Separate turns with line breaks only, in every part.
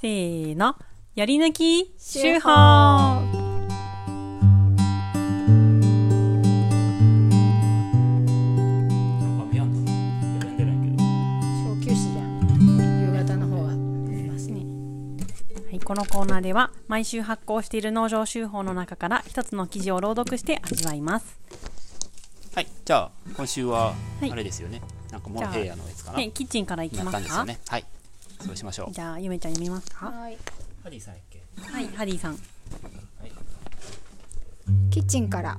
せーの、やり抜き手法
なんか見やんだな。やんでな
小
いけど。
休止じゃん夕方の方が見ますね
はい、このコーナーでは毎週発行している農場手法の中から一つの記事を朗読して味わいます。
はい、じゃあ今週は
はい
あれですよね。なんかモロヘイヤのやつかな。
ね、キッチンから行き
なっ
ま
たん
す
ですよ
か
ね。はい。そうしましょう。
じゃあ、ゆめちゃん読みますか
はい
ハリーさんやっけ。
はい、ハリーさん。
キッチンから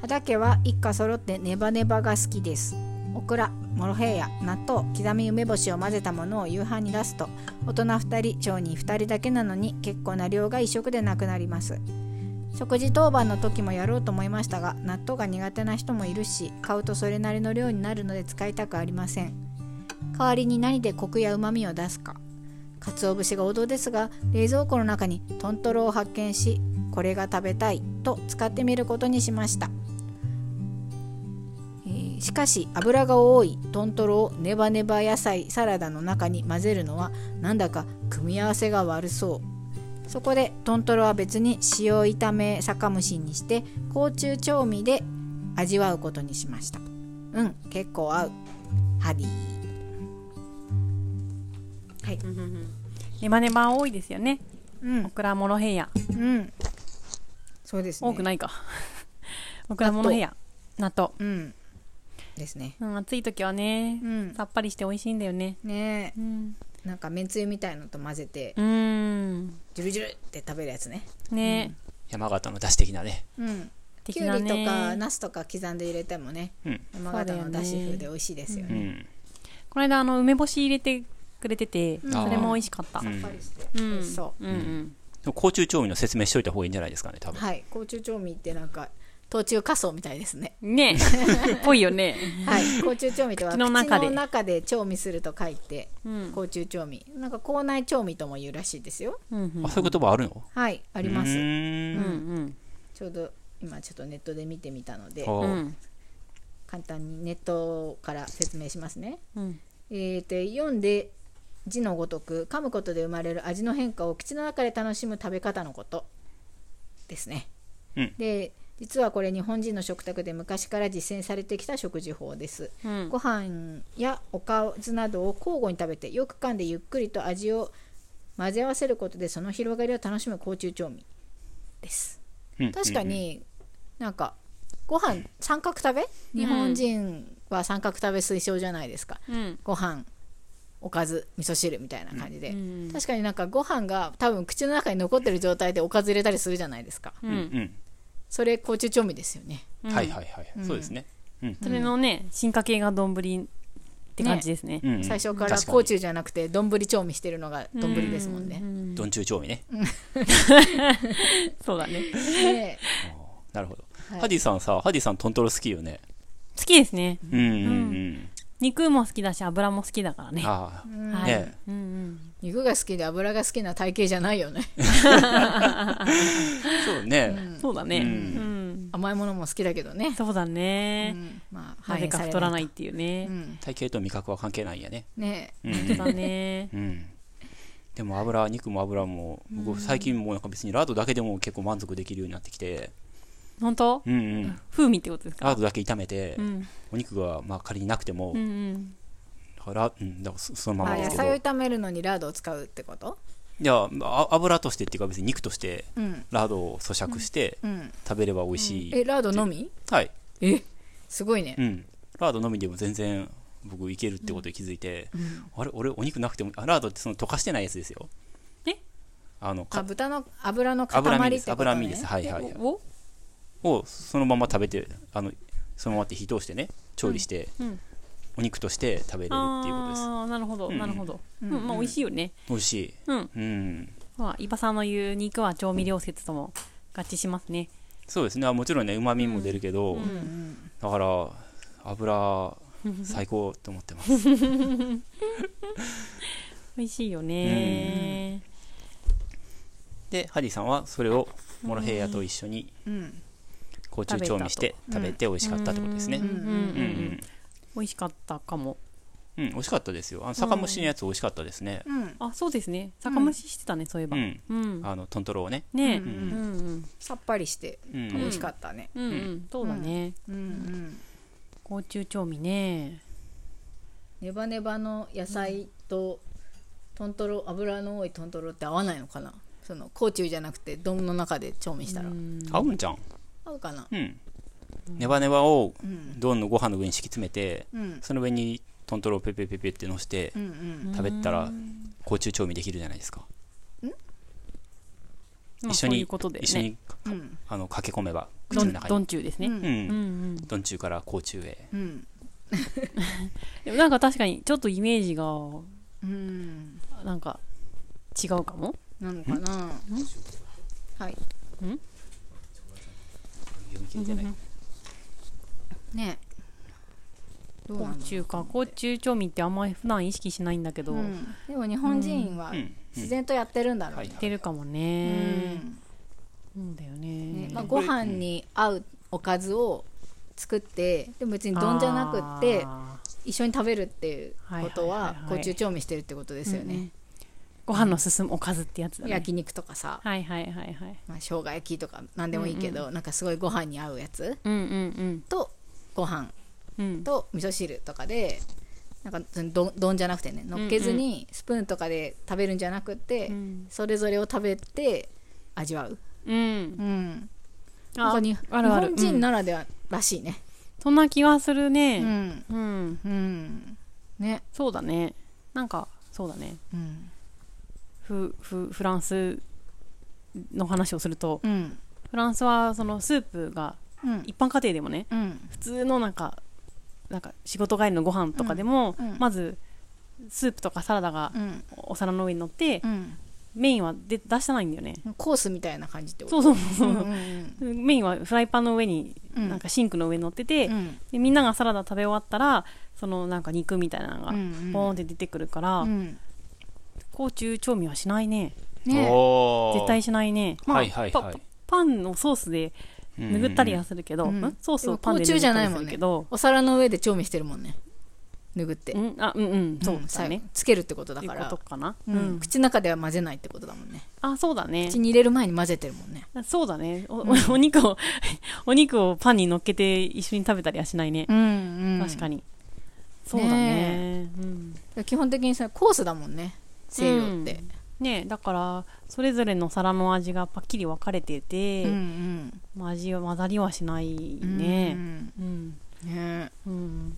畑は一家揃ってネバネバが好きですオクラ、モロヘイヤ、納豆、刻み梅干しを混ぜたものを夕飯に出すと大人2人、小児2人だけなのに結構な量が1食でなくなります食事当番の時もやろうと思いましたが納豆が苦手な人もいるし買うとそれなりの量になるので使いたくありません代わりに何でコクやうまみを出すか鰹節が王道ですが冷蔵庫の中にトントロを発見しこれが食べたいと使ってみることにしました、えーしかし油が多いトントロをネバネバ野菜サラダの中に混ぜるのはなんだか組み合わせが悪そうそこでトントロは別に塩炒め酒蒸しにして甲虫調味で味わうことにしましたうん結構合うハディはい
ネバネバ多いですよね。
うん
オクラモロヘイヤ。
うん。そうですね。
多くないか。オクラモロヘイヤ。納豆。
うん。ですね。
うん、暑い時はね
う、ん。
さっぱりして美味しいんだよね。
ね
うん。
え、なんかめんつゆみたいのと混ぜて、
うーん。
ジュルジュルって食べるやつね。
ね、
山形の出汁的なね。
うん。
的
きゅ
な
うり
ね
とかナスとか刻んで入れてもね、
うん
山形のだし風で美味しいですよ
う
ね。
ん。
この間あの梅干し入れてくれてて、
うん
それも美味しかった。
う
うん
ん。
さっぱりして
う
美
ん
味しそ
うん
甲虫調味の説明しといた方がいいんじゃないですかね。多
う。
分。
はい。甲虫調味ってなんか冬中火葬みたいですね。
うん。ねっぽいよね。
はい。甲虫調味とは
口
口
の中で
の中で調味すると書いて、
うん。
甲虫調味。なんか口内調味とも言うらしいですよ。
うんうん
あ、そういう言葉あるの？
はい。あ
あ
ります。
うん
ん。
うん
ちょうど今ちょっとネットで見てみたので
う
ほ
ん
簡単にネットから説明しますね。
うん
えーと読んで字のごとく噛むことで生まれる味の変化を口の中で楽しむ食べ方のことですね。
うん
で実はこれ日本人の食卓で昔から実践されてきた食事法です。
うん
ご飯やおかずなどを交互に食べてよく噛んでゆっくりと味を混ぜ合わせることでその広がりを楽しむ甲虫調味です。
うん
確か。になんかご飯三角食べ日本人は三角食べ推奨じゃないですか、
うん
ご飯おかず味噌汁みたいな感じで、
うん
確かになんかご飯が多分口の中に残ってる状態でおかず入れたりするじゃないですか
う
うん
ん
それ甲虫調味ですよね
うん。はいはいはい。そうですね。うん。
それのね進化系が丼って感じですね
うん。
最初から
確かに
甲虫じゃなくて丼調味してるのが丼ですもんね
うん
どんちゅう調味ね。
そうだね
ね
なるほど。
はい
ハディさんさ、ハディさんトントロ好きよね。
好きですね
うんうんうん。
肉も好きだし油も好きだからね
ああ。
はい
ね。
うんうん
肉が好きで油が好きな体型じゃないよね
そうね。
そうだねう
うん
ん
甘いものも好きだけどね、
そうだ
う
ね
ん、まあ
なぜか太らない
い、
っていうね
うん、
体型と味覚は関係ないんやね。
ね
うん
そうだね
うん。でも油、肉も油も、僕最近もうなんか別にラードだけでも結構満足できるようになってきて、
本当
うんうん。
風味ってことですか
ラードだけ炒めて
う、ん
お肉がまあ仮になくても
うんう、ん
ラうん、だからそそのまま
あ
です
野
け
菜
ど、
を
い
炒めるのにラードを使うってこと
や、あ油としてっていうか別に肉として、
うん
ラードを咀嚼して
うん
食べれば美味しい。
えラードのみ
はい。
えすごいね
うん。ラードのみでも全然僕いけるってことに気づいて、あれ、俺お肉なくても、あラードってその溶かしてないやつですよ。
え
あの、か
あ豚の油の塊
油身で
っ
す。
てことね
油身です。はいはいはい。
おお
をそのまま食べてあのそのままって火通してね調理して、
うんうん
お肉として食べれるっていうことです
あーなるほど
うん
なるほどうんまあ美味しいよね
美味しい
うん
うん
まあ、伊庭さんの言う肉は調味料説とも合致しますね。
そうですねあもちろんねうまみも出るけど、だから油最高と思ってます
美味しいよね。
でハリーさんはそれをモロヘイヤと一緒に
うん
甲虫調味して食べて美味しかったってことですね
うんうんう
うん
ん美味しかったかも。
ううん、美味しかったですよ。あの酒蒸しのやつ美味しかったですね。
うん
あそうですね酒蒸ししてたね、そういえば
うん、
うん
あのトントロをね。
ねえ
う
うんんうん
さっぱりして
うん、
美味しかったね
うんうんそうだね
うんうん
甲虫調味ね
ネバネバの野菜とトントロ油の多いトントロって合わないのかなその甲虫じゃなくて丼の中で調味したら、
うん
合うんじゃん。
合うかな
うん。ネバネバを
うん
丼のご飯の上に敷き詰めて、
うん
その上にトントロをペペペペってのして
う、んうん
食べたら甲虫調味できるじゃないですか。
まあ
一緒
そうい
に
うことで
一緒
ね
に
うん
あの駆け込めば口
ど
の
ん
中
ど
に。
んちゅうです
う
ね
うん。
うんうんん
どん中から甲虫へ。
うん
でもなんか確かにちょっとイメージが
うん
なんか違うかも
なのかなはい
読み切れてない。
ねどう
甲
なんだろ
虫か甲虫調味ってあんまり普段意識しないんだけ
う
ど、
う
や
んでも日本人は
うんうん
自然とやってるんだろうね
ってるかも
う
ね、
ん
そうだよ
ね
ね
まあご飯に合うおかずを作ってでも別に丼じゃなくって
あー
一緒に食べるっていうこと
はいはい
は
はいはい
甲虫調味してるってことですよ
うんう
ね
んご飯の進むおかずってやつだね
焼肉とかさ
はいはいはいはい
まあ生姜焼きとか何でもいいけどなんかすごいご飯に合うやつ
うんうん
とご飯
うんうん
と味噌汁とかでなんかそのど丼じゃなくてねのっけずにスプーンとかで食べるんじゃなくて、
うん
それぞれを食べて味わう、
うん
うん、なん
あ
かに
あるある
日本人ならではらしいね
そんな気はする
う
ね
ん
うん、
うんね
そうだねなんかそうだね
うん
フフフランスの話をすると
うん
フランスはそのスープが
うん
一般家庭でもね
うん
普通のなんかなんか仕事帰りのご飯とかでも、
うんうん
まずスープとかサラダが
うん
お皿の上に乗って、
うん
メインはで出さないんだよね
コースみたいな感じってこ
そ
と
うそうそううん
うん
そうメインはフライパンの上に
うん
なんかシンクの上に乗ってて、
うん
でみんながサラダ食べ終わったらそのなんか肉みたいなのが
うんうん
ポーンって出てくるから、
うん
甲虫調味はしないね
ね
おー
絶対しないね、まあ
はいはいはい
パパンのソースで拭ったりはするけど、
うんうん
んソースを
でも
パンで
甲
拭
虫
っ
じゃな
た
い
り
も
す
んね
るけど
お皿の上で調味してるもんね拭って
うんあうんうんそう
うん
だ
最
ね
後、つけるってことだ
っていう
か
こ
ら
とかな、
う
うんん、
口の中では混ぜないってことだもんね
あそうだね
口に入れる前に混ぜてるもんね
そうだねお,、お肉を お肉をパンに乗っけて一緒に食べたりはしないね、
うん
確か
に
にそうだねうん、
基本的にさコースだもんね西洋って
ねだからそれぞれの皿の味がパッキリ分かれてて、
うん
まあ味は混ざりはしない
うん
ねうん
うんね
うん、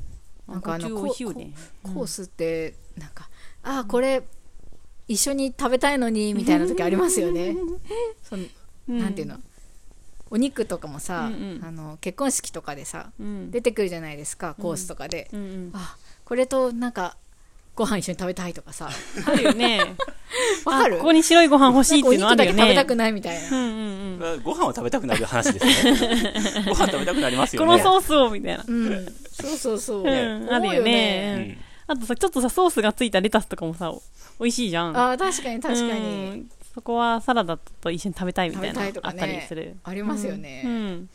なんかあの
甲虫美味しいよね
コースってなんかああこれ一緒に食べたいのにみたいな時ありますよ ねその
うん
なんていうのお肉とかもさ
うんうん
あの結婚式とかでさ
うん
出てくるじゃないですかコースとかで
うんうん、
あこれとなんかご飯一緒に食べたいとかさ
あるよ ね
わかる
あここに白いご飯欲し
ないん
っ
か
てい
お
うのあ
肉だ
る
け
よ
食
ね
べたくないみたいな
うんうんうん
ご飯を食べたくなる話で すね。ご飯食べたくなりますよ
この
ね。
ソースをみたいな、
うんそうそうそう
うんある
思う
よねうんあとさちょっとさソースがついたレタスとかもさ美味しいじゃん
ああ確かに確かに、
うんそこはサラダと一緒に食べたいみたい
食べた
ない
と
あ
か
っ
ね
たりする
ありますよ
う
ね、
ん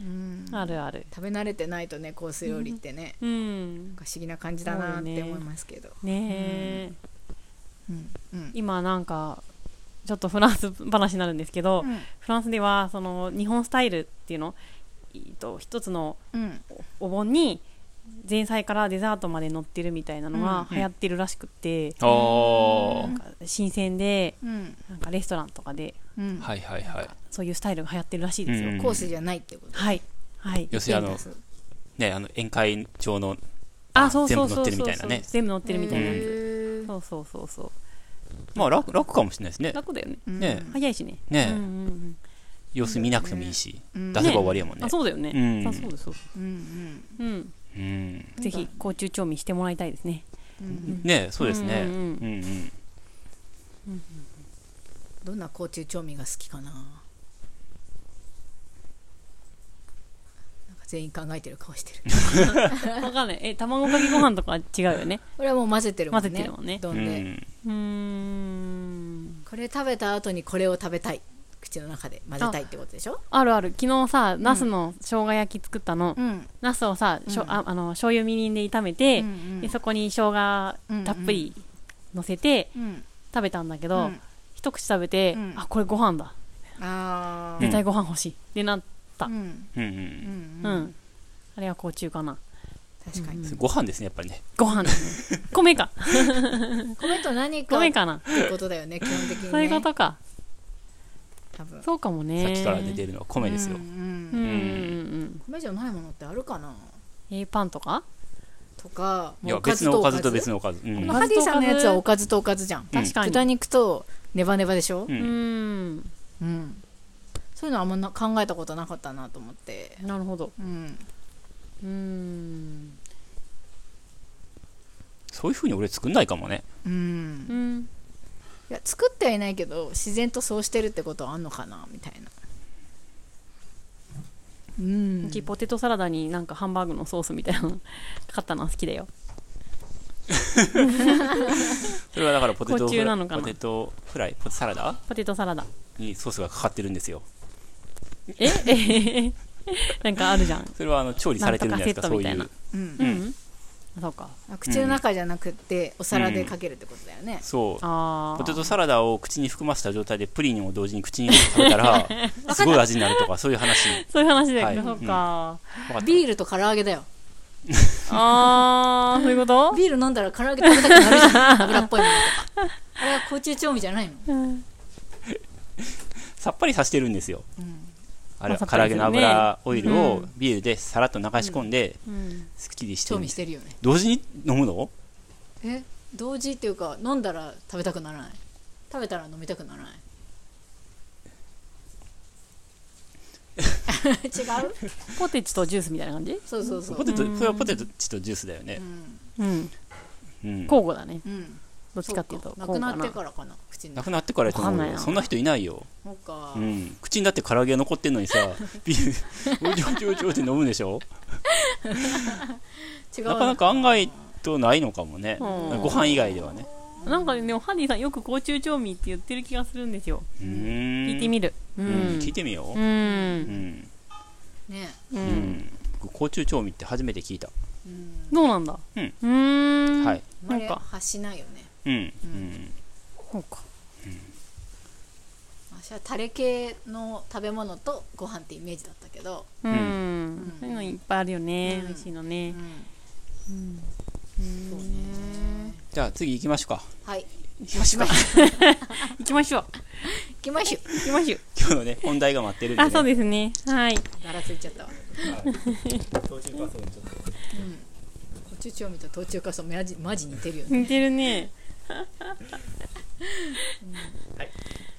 うん
あるある
食べ慣れてないとねコース料理ってね、
うん
なんか不思議な感じだなっ
そう
て
よね
思いますけど、
ねえ
うんうん
今なんかちょっとフランス話になるんですけどフランスではその日本スタイルっていうのえっと一つの
うん
お盆に前菜からデザートまで乗ってるみたいなのが流行ってるらしくって、
お
なんか新鮮で
うん
なんかレストランとかで
うん
はいはいはい。
そういうスタイルが流行ってるらしいですよ、
うん
コースじゃないってこと
はいはい
要するにあ
フ
の
ィーナス
ねあの宴会場の
あそうそう
全部乗
そう
ってる
そ
み
う
たいなね
全部乗ってるみたいなや
へ
つ
ー
そうそうそうそう
まあ楽楽かもしれないですね。
楽だよね
うん
ね
早いしね
ね
うんうんうん
様子見なくてもいいし、
うん
出せば終わりやもんね
あ。そうだよね、
うん
あそうですそうです
うん
うん
うん
ぜひ甲虫調味してもらいたいですね
うんうん
ねそうですね。
う
うんん
う
うん。
どんな甲虫調味が好きかななんか全員考えてる顔してる
わかんないえ卵かけご飯とかは違うよ ね
これはもう混ぜてるもんね
混ぜてるもんね
う
丼で、
ん
うーん
これ食べた後にこれを食べたい口の中で混ぜたいってことでしょ
あるある昨日さナスの生姜焼き作ったの、
うん
ナスをさ、しょ
うん
ああの醤油みりんで炒めて、
うん
でそこに生姜たっぷり乗せて
うん
食べたんだけ
う
ど、
ん
一口食べて、
うん
あこれご飯だ
あー
絶対ご飯欲しいってなった
うん
うんう
うん
うん、
んうん
あれは甲虫かな
確かに
ご飯ですねやっぱりね
ご飯米か
米と何かっ
米
て
かな、
ことだよね基本的にね
そういうことか
多分
そうかもね
さっきから出てるのは米ですよ
うんう
うん
ん
うんうん
米じゃないものってあるかな
えーパンとか
とか
いや別のおかずと別のおかずう
こ
ん
の
おかず
ハディさんのやつはおかずとおかずじゃん
うん
確かに、
豚肉とネバネバでしょ
う
うんん
うんそういうのあんまな考えたことなかったなと思って
なるほど
うん
うん
そういうふうに俺作んないかもね
うん
うん
いや作ってはいないけど自然とそうしてるってことはあんのかなみたいなうん
うちポテトサラダになんかハンバーグのソースみたいなの かかったのは好きだよ
それはだからポテト
甲
フ
虫
ラ
な
イ
のかな
ポテトフライポテトサラダ
ポテトサラダ
にソースがかかってるんですよ
え なんかあるじゃん
それはあの調理されてるんじゃないで
な
すかそ
ん
う
とか
い
セットみ
う
うん
うん、あそうか
あ口の中じゃなくってお皿でかけるってことだよね、
そう
ああ
ポテトサラダを口に含ませた状態でプリンを同時に口に入れて食べたらすごい味になるとかそういう話
そういう話だよ、
はい
そうか、
わかった
ビールと唐揚げだよ
ああそうい うこと
ビール飲んだら唐揚げ食べたくなるじゃん油っぽいものと かあれは甲虫調味じゃないの
さっぱりさせてるんですよあ
ま
れ
あさ
は
っぱ
唐
り
揚げの
するね
油オイルをビールでさらっと流し込んで
うん
すっきりして
調
るん
味
で
し
す
てるよね
同時に飲むの
え同時っていうか飲んだら食べたくならない食べたら飲みたくならない 違う
ポテチとジュースみたいな感じ
そう そうそう
ポテト
うん
それはポテチとジュースだよね
うん
うん
うん
交互だね
うん
どっちかっていうと
そかなくなって
ら
からかな口に
なくなってからやと思
わ
う
かんない
よ
な
そんな人いないよ
そうか、
うん口にだって唐揚げ残ってんのにさ ビールおじょおじょおじょって飲むでしょ
違う
なかなか案外とないのかもね
うん
ご飯以外ではね
なんかねでもハディさんよく甲虫調味って言ってる気がするんですよ
うーん
聞いてみるう
うんん聞いてみよ
う
うんうん
ね
う
うんん甲虫調味って初めて聞いた
うん
どうなんだ
うん
ーん
はい
あんまり
なんか
発しないよね
うん
う
うんん
そうか
私はタレ系の食べ物とご飯ってイメージだったけど、
う
うん
んそういうのいっぱいあるよね
うん
美味しいの
う
ねう
ん、
ん
そうね
じゃあ次行きましょうか
はい
行きましょうか
行きましょう
行きましょう
行きましょう
今日のね本題が待ってるんで、ね、
あそうですねはい
ガラついちゃったわ
途中からそうちょっと
途中調味と途中かそうマジマジ似てるよね
似てるね
はい